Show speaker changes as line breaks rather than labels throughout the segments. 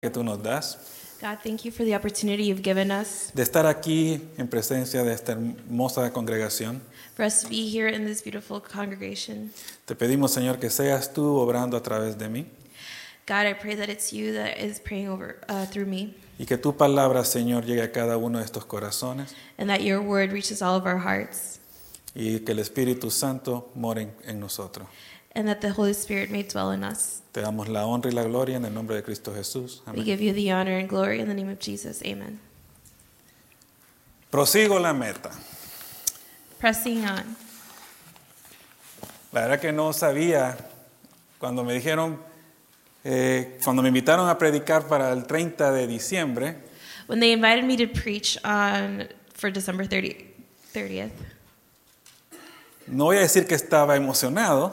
que tú nos das,
God, thank you for the opportunity you've given us
de estar aquí en presencia de esta hermosa congregación.
for us to be here in this beautiful congregation.
Te pedimos, Señor, que seas tú obrando a través de mí
God, I pray that it's you that is praying over uh, through me
y que tu palabra, Señor, llegue a cada uno de estos corazones
and that your word reaches all of our hearts
y que el Espíritu Santo more en, en nosotros.
and that the Holy Spirit may dwell in us.
Te damos la honra y la gloria en el nombre de Cristo Jesús.
We
Amén.
give you the honor and glory in the name of Jesus. Amen.
Prosigo la meta.
Pressing on.
La verdad que no sabía cuando me dijeron, eh, cuando me invitaron a predicar para el 30 de diciembre,
When they invited me to preach on for December 30, 30th,
no voy a decir que estaba emocionado,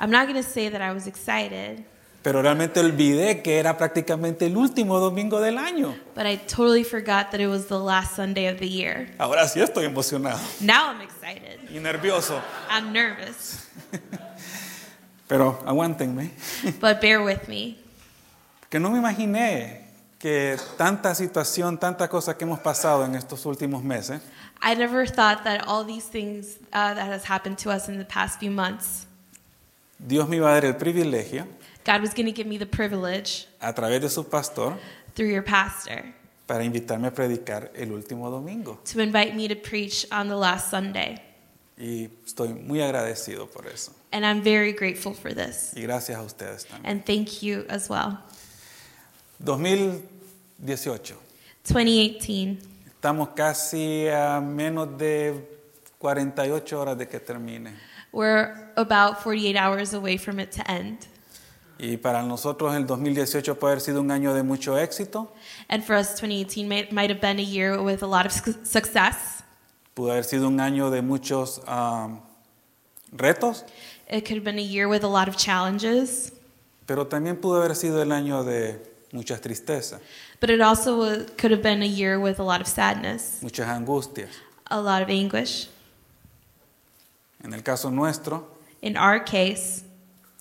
I'm not going to say that I was excited,
pero realmente olvidé que era prácticamente el último domingo del año.
but I totally forgot that it was the last Sunday of the year.
Ahora sí estoy emocionado
Now I'm excited.
y nervioso,
I'm nervous,
pero aguántenme,
but bear with me.
que no me imaginé que tanta situación, tanta cosa que hemos pasado en estos últimos meses,
I never thought that all these things uh, that has happened to us in the past few months,
Dios me iba a dar el privilegio
God was going to give me the privilege
a través de su pastor
through your pastor
para invitarme a predicar el último domingo.
to invite me to preach on the last Sunday,
Y estoy muy agradecido por eso.
and I'm very grateful for this.
Y gracias a ustedes también.
And thank you as well.
2018.
2018.
Estamos casi a menos de 48 horas de que termine.
We're about 48 hours away from it to end.
Y para nosotros el 2018 puede haber sido un año de mucho éxito,
And for us, 2018 might, might have been a year with a lot of suc- success.
pudo haber sido un año de muchos am, retos,
It could have been a year with a lot of challenges,
pero también pudo haber sido el año de muchas tristezas,
but it also wa- could have been a year with a lot of sadness,
muchas angustias.
a lot of anguish.
En el caso nuestro,
In our case,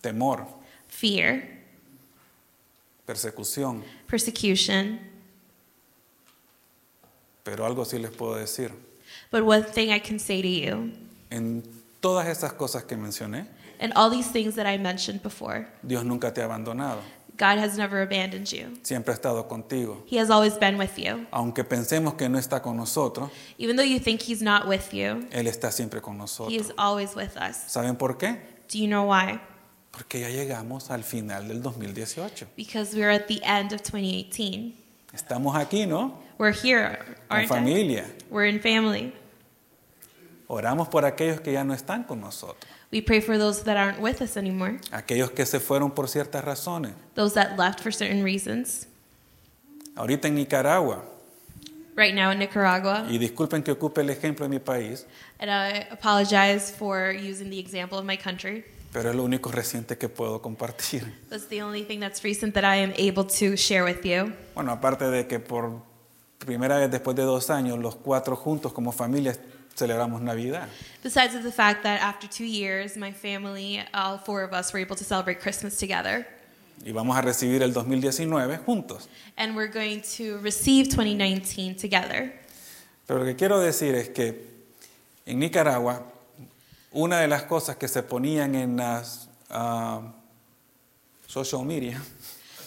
temor,
fear,
persecución.
persecution.
Pero algo sí les puedo decir.
But one thing I can say to you,
En todas esas cosas que mencioné,
and all these things that I mentioned before,
Dios nunca te ha abandonado.
God has never abandoned you.
Siempre ha estado contigo.
He has always been with you.
Aunque pensemos que no está con nosotros,
Even though you think He's not with you,
Él está siempre con
He is
nosotros.
always with us.
¿Saben por qué?
Do you know why?
Porque ya llegamos al final del 2018.
Because we're at the end of 2018.
Estamos aquí, ¿no?
We're here,
Con
aren't I?
familia.
We're in family.
Oramos por aquellos que ya no están con nosotros.
We pray for those that aren't with us anymore,
Aquellos que se fueron por ciertas razones.
those that left for certain reasons.
Ahorita en Nicaragua,
Right now in Nicaragua,
y disculpen que ocupe el ejemplo de mi país,
and I apologize for using the example of my country.
pero es lo único reciente que puedo compartir.
That's the only thing that's recent that I am able to share with you.
Bueno, aparte de que por primera vez después de dos años, los cuatro juntos como familia celebramos Navidad.
Besides of the fact that after two years, my family, all four of us, were able to celebrate Christmas together,
Y vamos a recibir el 2019 juntos.
and we're going to receive 2019 together.
Pero lo que quiero decir es que en Nicaragua, una de las cosas que se ponían en las ah, social media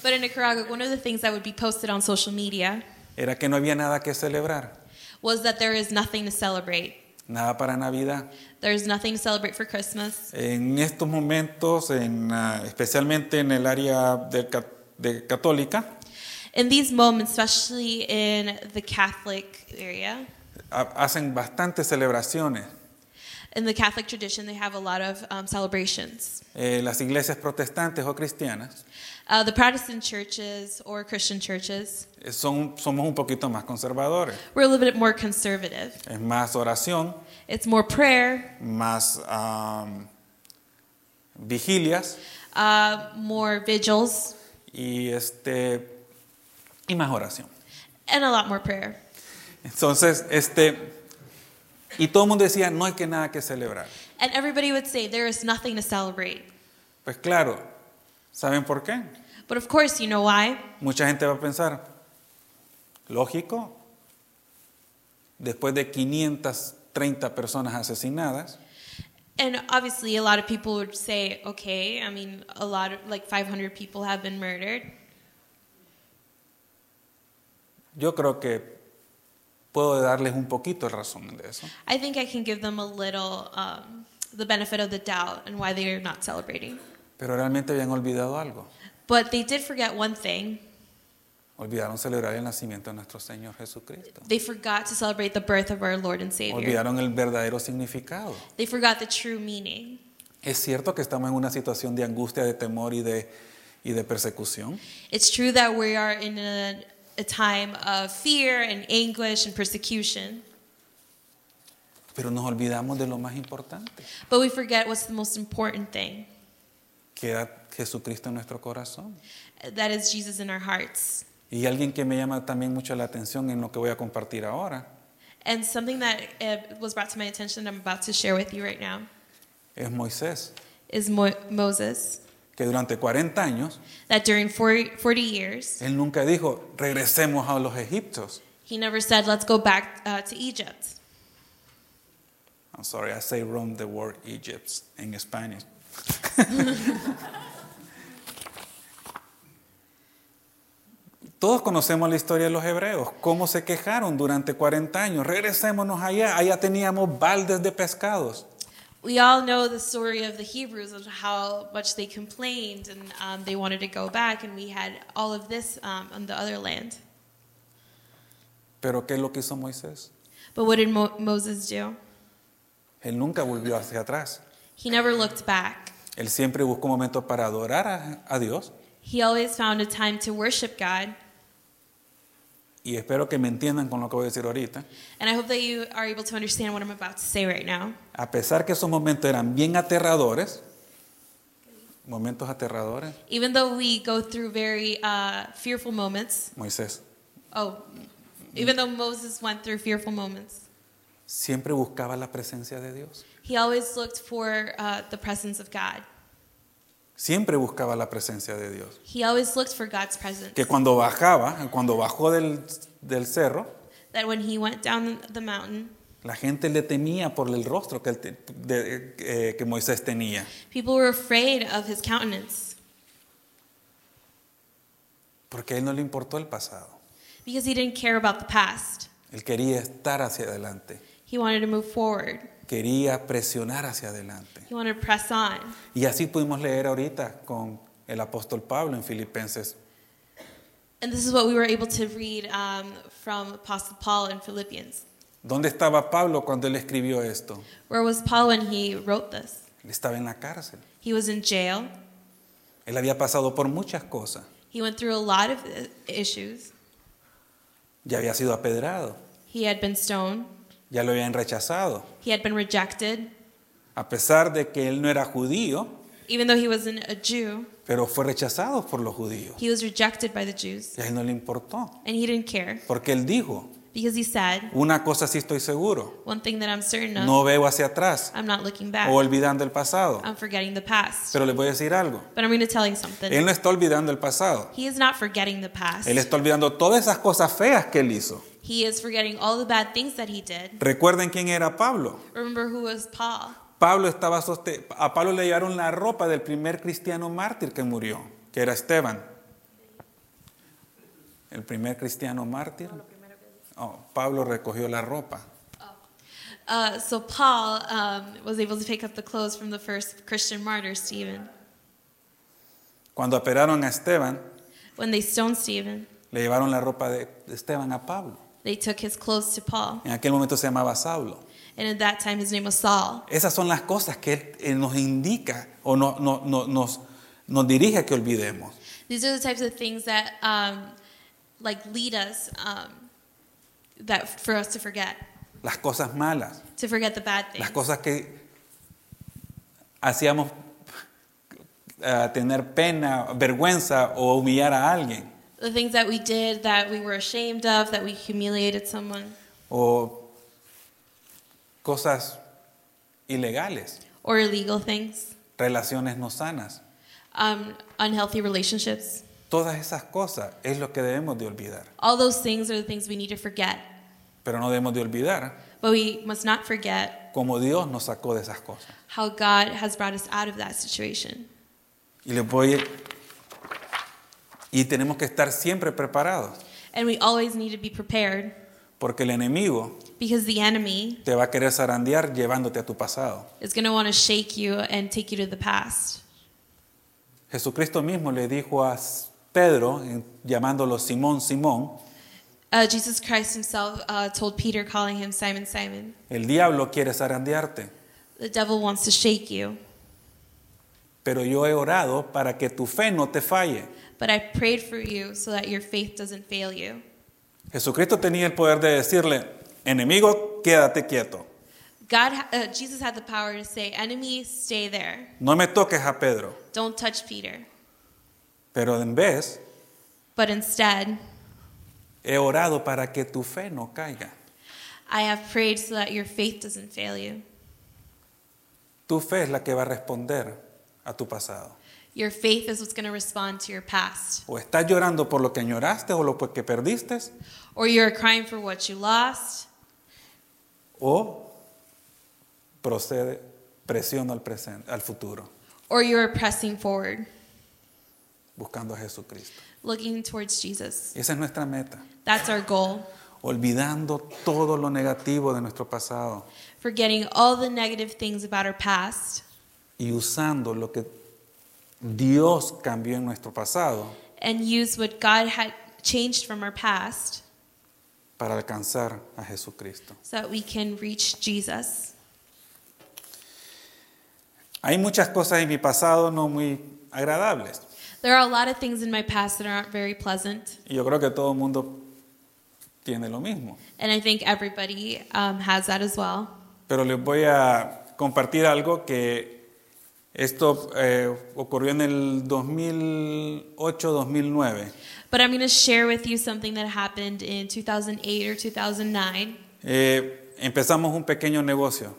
But in Nicaragua, one of the things that would be posted on social media
era que no había nada que celebrar,
was that there is nothing to celebrate.
nada para Navidad.
There's nothing to celebrate for Christmas.
En estos momentos, en, ah, especialmente en el área del ca- de católica,
In these moments, especially in the Catholic area,
ha- hacen bastantes celebraciones.
in the Catholic tradition, they have a lot of um, celebrations.
eh, las iglesias protestantes o cristianas
Uh, the Protestant churches or Christian churches,
eh, son, somos un poquito más conservadores.
we're a little bit more conservative.
Es más oración,
It's more prayer,
más am, vigilias
uh, more vigils,
y, este, y más oración.
and a lot more prayer.
Entonces, este, y todo el mundo decía, no hay que nada que celebrar.
And everybody would say, There is nothing to celebrate.
Pues claro, ¿saben por qué?
But of course, you know why?
Mucha gente va a pensar, lógico, después de 530 personas asesinadas,
And obviously, a lot of people would say, okay, I mean, a lot of, like 500 people have been murdered.
yo creo que puedo darles un poquito el resumen de eso.
I think I can give them a little um, the benefit of the doubt and why they are not celebrating.
Pero realmente habían olvidado algo.
But they did forget one thing
Olvidaron celebrar el nacimiento de nuestro Señor Jesucristo.
they forgot to celebrate the birth of our Lord and Savior.
Olvidaron el verdadero significado.
They forgot the true meaning.
Es cierto que estamos en una situación de angustia, de temor y de, y de persecución,
It's true that we are in a, a time of fear and anguish and persecution,
pero nos olvidamos de lo más importante,
but we forget what's the most important thing
que era Jesucristo en nuestro corazón.
that is, Jesus in our hearts.
Y alguien que me llama también mucho la atención en lo que voy a compartir ahora
And something that uh, was brought to my attention, I'm about to share with you right now,
es Moisés,
is Mo- Moses.
que durante 40 años,
That during 40, 40 years,
él nunca dijo, regresemos a los egipcios.
he never said, let's go back uh, to Egypt.
I'm sorry, I say wrong the word Egypt en Spanish. Todos conocemos la historia de los hebreos, cómo se quejaron durante 40 años. Regresémonos allá, allá teníamos baldes de pescados.
We all know the story of the Hebrews and how much they complained and um, they wanted to go back, and we had all of this um, on the other land.
Pero ¿qué es lo que hizo Moisés?
But what did Mo- Moses do?
Él nunca volvió hacia atrás.
He never looked back.
Él siempre buscó un momento para adorar a, a Dios.
He always found a time to worship God.
Y espero que me entiendan con lo que voy a decir ahorita.
And I hope that you are able to understand what I'm about to say right now.
A pesar que esos momentos eran bien aterradores, momentos aterradores,
Even though we go through very uh, fearful moments,
Moisés
oh, even though Moses went through fearful moments,
siempre buscaba la presencia de Dios.
he always looked for uh, the presence of God.
Siempre buscaba la presencia de Dios.
He always looked for God's presence.
Que cuando bajaba, cuando bajó del, del cerro,
that when he went down the mountain,
la gente le temía por el rostro que, él te- de- eh, que Moisés tenía.
people were afraid of his countenance
Porque a él no le importó el pasado.
because he didn't care about the past.
Él quería estar hacia adelante.
He wanted to move forward,
Quería presionar hacia adelante.
he wanted to press on.
Y así pudimos leer ahorita con el apóstol Pablo en Filipenses
And this is what we were able to read um, from Apostle Paul in Philippians.
¿Dónde estaba Pablo cuando él escribió esto?
Where was Paul when he wrote this?
Él estaba en la cárcel.
He was in jail,
Él había pasado por muchas cosas.
he went through a lot of uh, issues,
Ya había sido apedrado,
he had been stoned,
ya lo habían rechazado.
he had been rejected,
A pesar de que él no era judío,
even though he wasn't a Jew,
pero fue rechazado por los judíos.
he was rejected by the Jews.
Y a él no le importó,
And he didn't care
porque él dijo,
because he said,
una cosa sí estoy seguro,
one thing that I'm certain of
no veo hacia atrás
I'm not looking
o
back.
olvidando el pasado.
I'm forgetting the past.
Pero les voy a decir algo,
But I'm going to tell you
él
something.
no está olvidando el pasado,
He is not forgetting the past.
él está olvidando todas esas cosas feas que él hizo.
He is forgetting all the bad things that he did.
Recuerden quién era Pablo.
Remember who was Paul.
Pablo estaba soste- a Pablo le llevaron la ropa del primer cristiano mártir que murió, que era Esteban. El primer cristiano mártir. Oh, Pablo recogió la ropa.
Uh, so Paul um, was able to pick up the clothes from the first Christian martyr, Stephen.
Cuando aperaron a Esteban,
When they stoned Stephen,
le llevaron la ropa de Esteban a Pablo.
they took his clothes to Paul.
En aquel momento se llamaba Saulo.
And at that time, his name was Saul.
Esas son las cosas que él, él nos indica o no- no- no- nos, nos dirige a que olvidemos.
These are the types of things that um, like lead us um, that for us to forget,
Las cosas malas,
to forget the bad things.
las cosas que hacíamos eh, tener pena, vergüenza o humillar a alguien
the things that we did that we were ashamed of, that we humiliated someone,
o cosas ilegales,
or illegal things,
relaciones no sanas,
um, unhealthy relationships,
Todas esas cosas es lo que debemos de olvidar.
All those things are the things we need to forget.
Pero no debemos de olvidar
But we must not forget
cómo Dios nos sacó de esas cosas.
how God has brought us out of that situation.
Y les voy y tenemos que estar siempre preparados,
And we always need to be prepared
porque el enemigo
because the enemy
te va a querer zarandear llevándote a tu pasado.
is going to want to shake you and take you to the past.
Jesucristo mismo le dijo a Pedro, en- llamándolo Simón, Simón,
Uh, Jesus Christ himself uh, told Peter, calling him Simon, Simon,
el diablo quiere zarandearte,
the devil wants to shake you.
pero yo he orado para que tu fe no te falle.
But I prayed for you so that your faith doesn't fail you.
Jesucristo tenía el poder de decirle, enemigo, quédate quieto,
God, ha- uh, Jesus had the power to say, "Enemy, stay there.
no me toques a Pedro.
Don't touch Peter."
Pero en vez,
But instead,
he orado para que tu fe no caiga.
I have prayed so that your faith doesn't fail you.
Tu fe es la que va a responder a tu pasado.
Your faith is what's going to respond to your past.
O estás llorando por lo que añoraste o lo que perdiste,
Or you're crying for what you lost,
o procede, presiona al, presente, al futuro,
or you're pressing forward,
buscando a Jesucristo.
looking towards Jesus.
Esa es nuestra meta,
That's our goal.
olvidando todo lo negativo de nuestro pasado
Forgetting all the negative things about our past
y usando lo que Dios cambió en nuestro pasado
and use what God had changed from our past
para alcanzar a Jesucristo.
so that we can reach Jesus.
Hay muchas cosas en mi pasado no muy agradables.
There are a lot of things in my past that aren't very pleasant,
Y yo creo que todo el mundo tiene lo mismo.
and I think everybody um, has that as well.
Pero les voy a compartir algo que esto eh, ocurrió en el 2008-2009.
But I'm going to share with you something that happened in 2008 or 2009.
Eh, empezamos un pequeño negocio.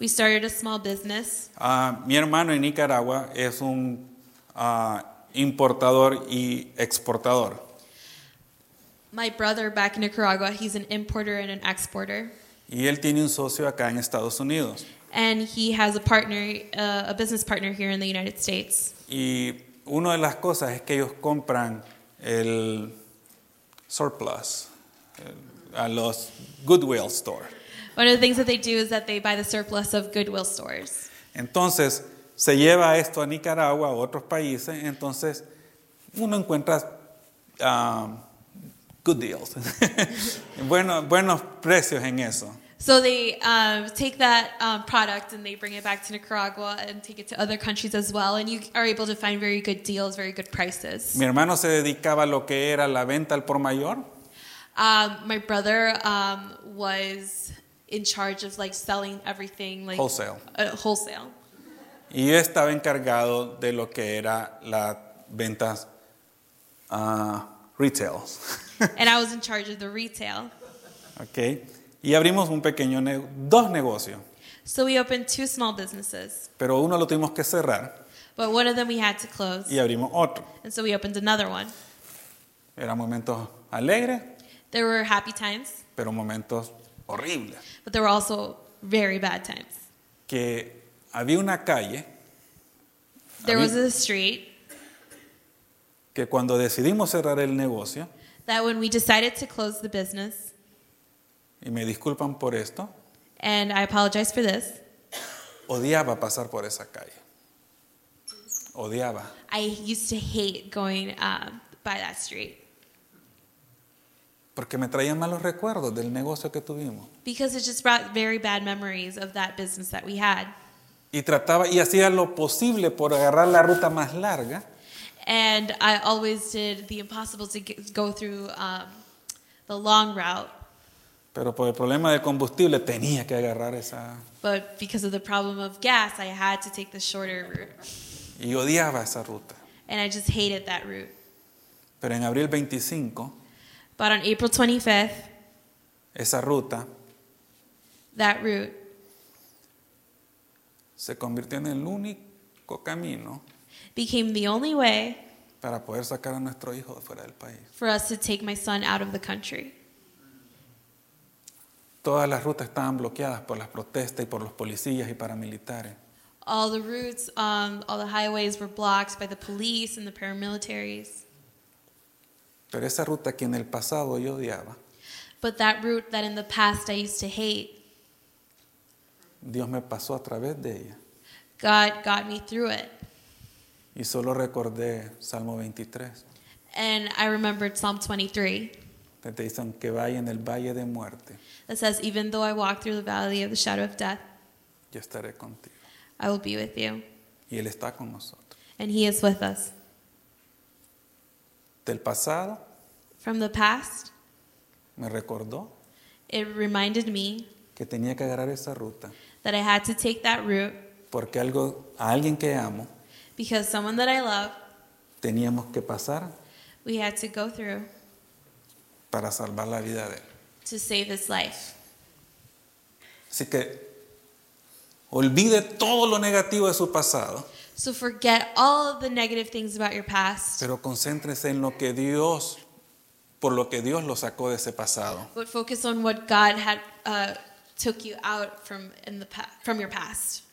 We started a small business.
Ah, mi hermano en Nicaragua es un ah, importador y exportador.
My brother back in Nicaragua, he's an importer and an exporter,
Y él tiene un socio acá en Estados Unidos.
and he has a partner, uh, a business partner here in the United States.
Y una de las cosas es que ellos compran el surplus el- a los Goodwill Store.
One of the things that they do is that they buy the surplus of Goodwill stores.
Entonces, se lleva esto a Nicaragua, a otros países, entonces uno encuentra ah, good deals, bueno, buenos precios en eso.
So they um, take that um, product and they bring it back to Nicaragua and take it to other countries as well, and you are able to find very good deals, very good prices.
Mi hermano se dedicaba a lo que era la venta al por mayor
Um, my brother um, was in charge of like selling everything like
Wholesale.
uh, wholesale.
y yo estaba encargado de lo que era las ventas ah, retail.
and I was in charge of the retail.
¿ok? Y abrimos un pequeño, ne- dos negocios,
So we opened two small businesses,
pero uno lo tuvimos que cerrar
but one of them we had to close.
y abrimos otro.
And so we opened another one.
Eran momentos alegres,
There were happy times,
pero momentos horribles.
but there were also very bad times.
Que había una calle
There
Había-
was a street
que cuando decidimos cerrar el negocio,
that when we decided to close the business,
y me disculpan por esto,
and I apologize for this,
odiaba pasar por esa calle. Odiaba.
I used to hate going um, by that street
Porque me traían malos recuerdos del negocio que tuvimos.
because it just brought very bad memories of that business that we had.
Y trataba y hacía lo posible por agarrar la ruta más larga
And I always did the impossible to get, go through um, the long route
Pero por el problema del combustible tenía que agarrar esa...
But because of the problem of gas, I had to take the shorter route.
Y odiaba esa ruta.
And I just hated that route.
Pero en abril 25,
But on April 25th,
esa ruta
that route
se convirtió en el único camino
became the only way
para poder sacar a nuestro hijo de fuera del país.
for us to take my son out of the country.
Todas las rutas estaban bloqueadas por las protestas y por los policías y paramilitares.
All the routes, um, all the highways were blocked by the police and the paramilitaries.
Pero esa ruta que en el pasado yo odiaba,
But that route that in the past I used to hate,
Dios me pasó a través de ella.
God got me through it.
Y solo recordé Salmo 23,
And I remembered Psalm 23
que te dicen que vaya en el valle de muerte,
that says, Even though I walk through the valley of the shadow of death,
yo estaré contigo.
I will be with you.
Y Él está con nosotros.
And He is with us.
Del pasado
From the past,
me recordó
it reminded me
que tenía que agarrar esa ruta,
that I had to take that route
porque algo, a alguien que amo
because someone that I love,
teníamos que pasar
we had to go through
para salvar la vida de Él.
to save his life.
Así que olvide todo lo negativo de su pasado,
So forget all of the negative things about your past,
pero concéntrese en lo que Dios, por lo que Dios lo sacó de ese pasado.
but focus on what God had uh, took you out from in the pa- from your past.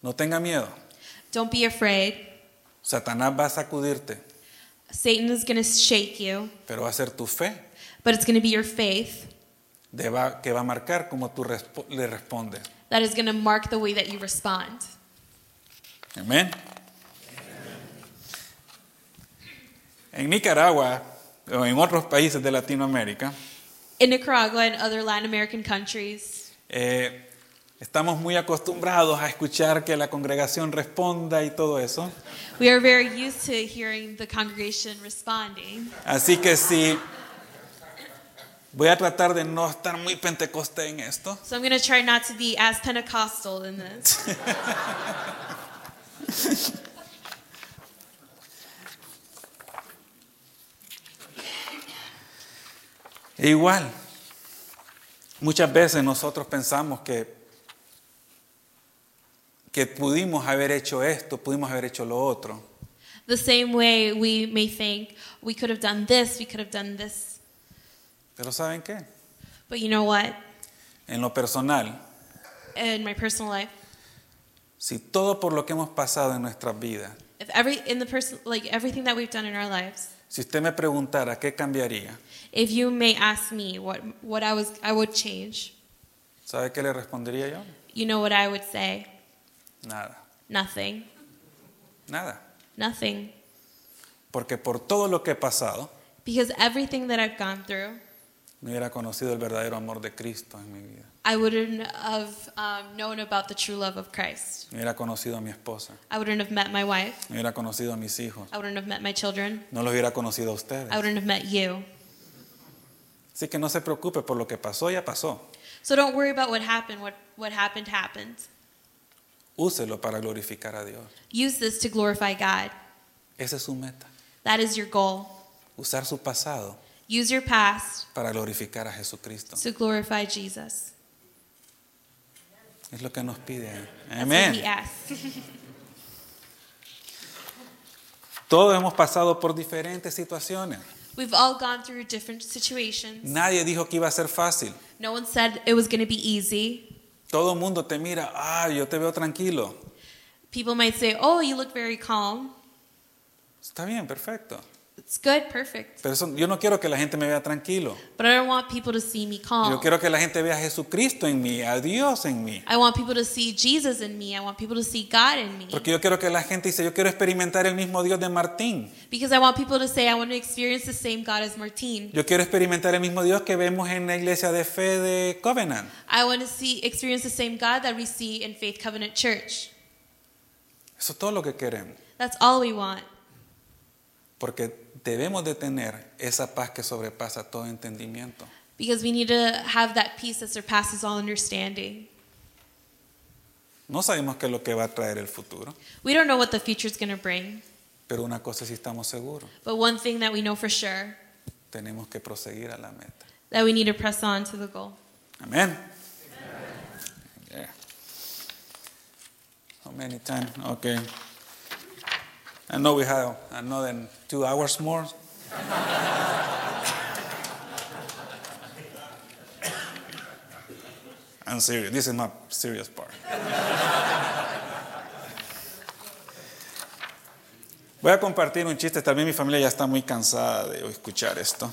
No tenga miedo,
Don't be afraid.
Satanás va a sacudirte,
Satan is going to shake you,
pero va a ser tu fe
but it's going to be your faith
de va- que va a marcar cómo tú respo- le respondes.
that is going to mark the way that you respond.
Amén. En Nicaragua o en otros países de Latinoamérica,
In Nicaragua and other Latin American countries,
eh, estamos muy acostumbrados a escuchar que la congregación responda y todo eso.
we are very used to hearing the congregation responding.
Así que sí, voy a tratar de no estar muy pentecosté en esto.
So I'm going to try not to be as Pentecostal in this.
E igual, muchas veces nosotros pensamos que, que pudimos haber hecho esto, pudimos haber hecho lo otro.
The same way we may think we could have done this, we could have done this.
Pero ¿saben qué?
But you know what?
En lo personal,
In my personal life,
si todo por lo que hemos pasado en nuestras vidas,
if every in the person like everything that we've done in our lives,
si usted me preguntara qué cambiaría,
if you may ask me what what I was I would change,
¿sabe qué le respondería yo?
you know what I would say?
Nada,
Nothing.
nada.
Nothing.
Porque por todo lo que he pasado,
Because everything that I've gone through,
no hubiera conocido el verdadero amor de Cristo en mi vida.
I wouldn't have um, known about the true love of Christ.
No hubiera conocido a mi esposa,
I wouldn't have met my wife.
no hubiera conocido a mis hijos,
I wouldn't have met my children.
no los hubiera conocido a ustedes.
I wouldn't have met you.
Así que no se preocupe por lo que pasó, ya pasó.
So don't worry about what happened. What, what happened, happened.
Úselo para glorificar a Dios.
Use this to glorify God.
Esa es su meta.
That is your goal.
Usar su pasado
Use your past
para glorificar a Jesucristo.
to glorify Jesus.
Es lo que nos pide.
That's what he
Amén.
asks.
Todos hemos pasado por diferentes situaciones.
We've all gone through different situations.
Nadie dijo que iba a ser fácil.
No one said it was going to be easy.
Todo el mundo te mira, ah, yo te veo tranquilo.
People might say, "Oh, you look very calm."
Está bien, perfecto.
It's good, perfect.
Pero eso- yo no quiero que la gente me vea tranquilo.
But I don't want people to see me
Yo
calm.
quiero que la gente vea a Jesucristo en mí, a Dios en mí.
I want people to see Jesus in me. I want people to see God in me.
Porque yo quiero que la gente dice, yo quiero experimentar el mismo Dios de Martín.
Because I want people to say, I want to experience the same God as Martine.
Yo quiero experimentar el mismo Dios que vemos en la iglesia de fe de Covenant.
I want to see experience the same God that we see in Faith Covenant Church.
Eso es todo lo que queremos.
That's all we want.
Porque debemos de tener esa paz que sobrepasa todo entendimiento.
Because we need to have that peace that surpasses all understanding.
No sabemos qué es lo que va a traer el futuro,
We don't know what the future's going to bring,
pero una cosa sí estamos seguros,
but one thing that we know for sure
tenemos que proseguir a la meta.
that we need to press on to the goal.
Amén. Yeah. How many times? Okay. I know we have another two hours more. I'm serious. This is my serious part. Voy a compartir un chiste. También mi familia ya está muy cansada de escuchar esto.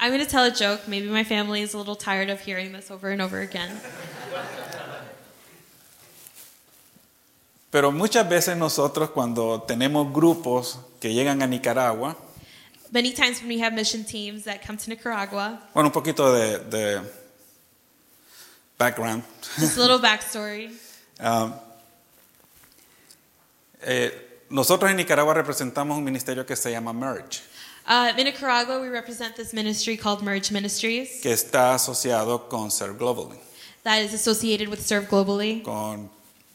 I'm going to tell a joke. Maybe my family is a little tired of hearing this over and over again.
Pero muchas veces nosotros cuando tenemos grupos que llegan a Nicaragua,
Many times when we have mission teams that come to Nicaragua,
bueno, un poquito de, de background,
just a little backstory.
um, eh, nosotros en Nicaragua representamos un ministerio que se llama Merge,
Uh, in Nicaragua, we represent this ministry called Merge Ministries
que está asociado con Serve Globally,
that is associated with Serve Globally
con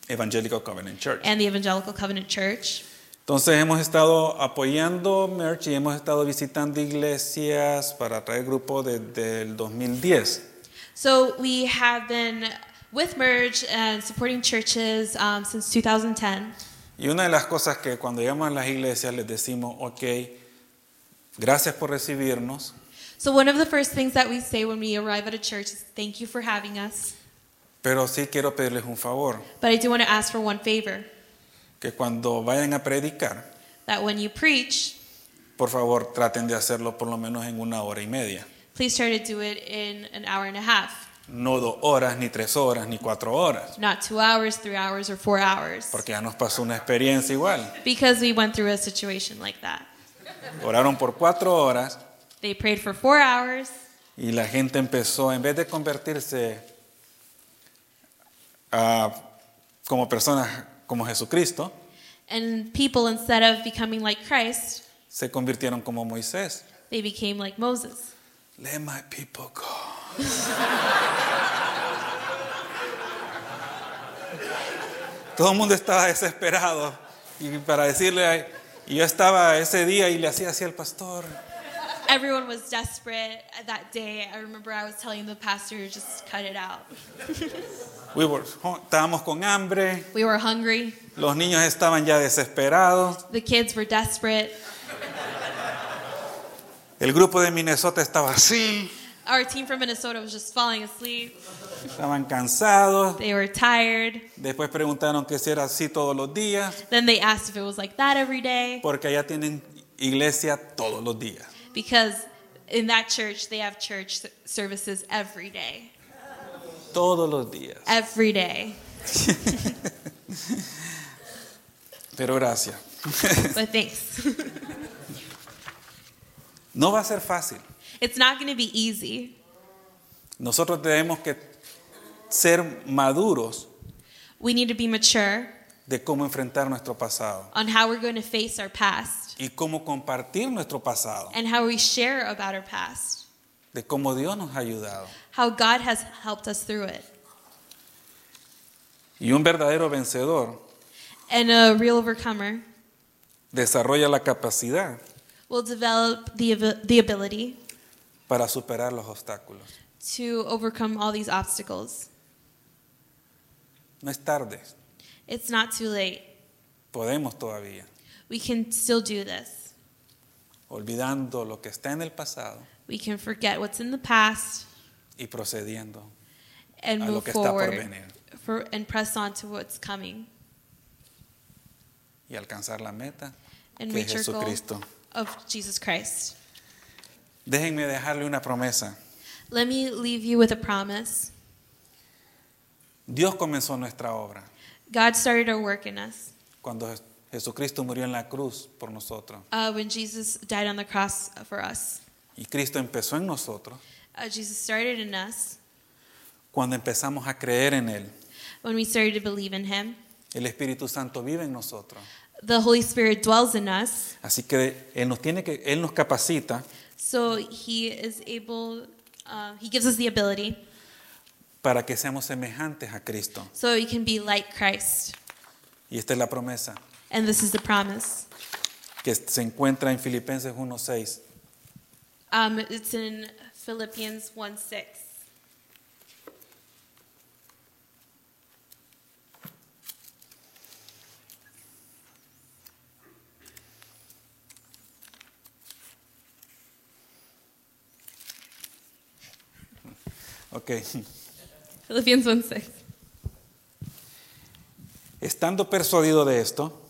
Evangelical Covenant Church.
and the Evangelical Covenant Church.
Entonces hemos estado apoyando Merch y hemos estado visitando iglesias para traer grupos desde el 2010.
So we have been with Merge and supporting churches um, since 2010.
Y una de las cosas que cuando llegamos a las iglesias les decimos, ok, gracias por recibirnos,
So one of the first things that we say when we arrive at a church is thank you for having us.
pero sí quiero pedirles un favor,
But I do want to ask for one favor
que cuando vayan a predicar,
that when you preach,
por favor traten de hacerlo por lo menos en una hora y media.
please try to do it in an hour and a half,
No dos horas, ni tres horas, ni cuatro horas,
not two hours, three hours, or four hours.
porque ya nos pasó una experiencia igual.
Because we went through a situation like that.
Oraron por cuatro horas
They prayed for four hours,
Y la gente empezó, en vez de convertirse a- como personas como Jesucristo,
and people, instead of becoming like Christ,
se convirtieron como Moisés.
they became like Moses.
Let my people go. Todo el mundo estaba desesperado y para decirle, y yo estaba ese día y le hacía así al pastor.
Everyone was desperate that day. I remember I was telling the pastor, just cut it out.
We were hung- estábamos con hambre,
We were hungry.
los niños estaban ya desesperados.
The kids were desperate.
El grupo de Minnesota estaba así,
Our team from Minnesota was just falling asleep.
estaban cansados.
They were tired.
Después preguntaron que si era así todos los días,
Then they asked if it was like that every day
porque allá tienen iglesia todos los días.
because in that church they have church services every day.
Todos los días.
Every day.
Pero gracias.
But thanks.
No va a ser fácil.
it's not going to be easy.
Nosotros tenemos que ser maduros
We need to be mature
de cómo enfrentar nuestro pasado
on how we're going to face our past
y cómo compartir nuestro pasado,
and how we share about our past,
de cómo Dios nos ha ayudado.
how God has helped us through it.
Y un verdadero vencedor
And a real overcomer
desarrolla la capacidad
will develop the, ab- the ability
para superar los obstáculos.
to overcome all these obstacles.
No es tarde,
It's not too late.
podemos todavía,
We can still do this.
olvidando lo que está en el pasado
We can forget what's in the past
y procediendo
and
a lo
move
que está por
forward
venir
for, and press on to what's coming
y alcanzar la meta
and
que es
reach our goal
Jesucristo.
of Jesus Christ.
Déjenme dejarle una promesa.
Let me leave you with a promise.
Dios comenzó nuestra obra
God started our work in us.
cuando Je- Jesucristo murió en la cruz por nosotros
Uh, when Jesus died on the cross for us,
y Cristo empezó en nosotros
uh, Jesus started in us.
cuando empezamos a creer en Él.
When we started to believe in Him,
El Espíritu Santo vive en nosotros.
the Holy Spirit dwells in us.
Así que Él nos, tiene que, Él nos capacita
So He is able, uh, He gives us the ability
para que seamos semejantes a Cristo.
so we can be like Christ.
Y esta es la promesa
And this is the promise.
que se encuentra en Filipenses 1.6.
Um, it's in Philippians 1 6.
Ok.
Philippians 1 6.
Estando persuadido de esto,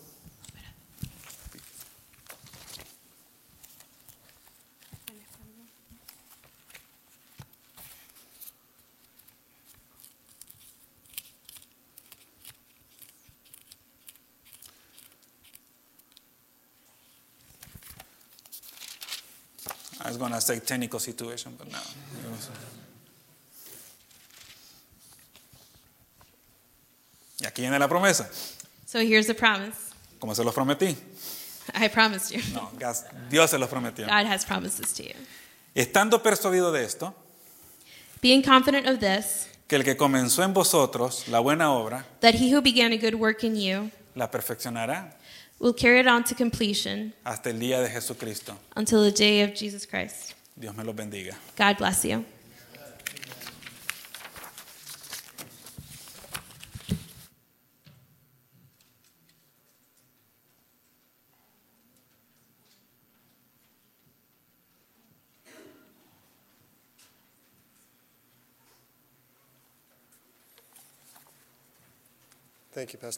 I was going to say technical situation, but no. It was- Y aquí viene la promesa,
So here's the promise.
como se los prometí.
I promised you.
No, gas- Dios se los prometió.
God has promises to you.
Estando persuadido de esto,
Being confident of this,
que el que comenzó en vosotros la buena obra,
that he who began a good work in you
la perfeccionará
will carry it on to completion
hasta el día de Jesucristo.
until the day of Jesus Christ.
Dios me los bendiga.
God bless you.
Thank you, Pastor.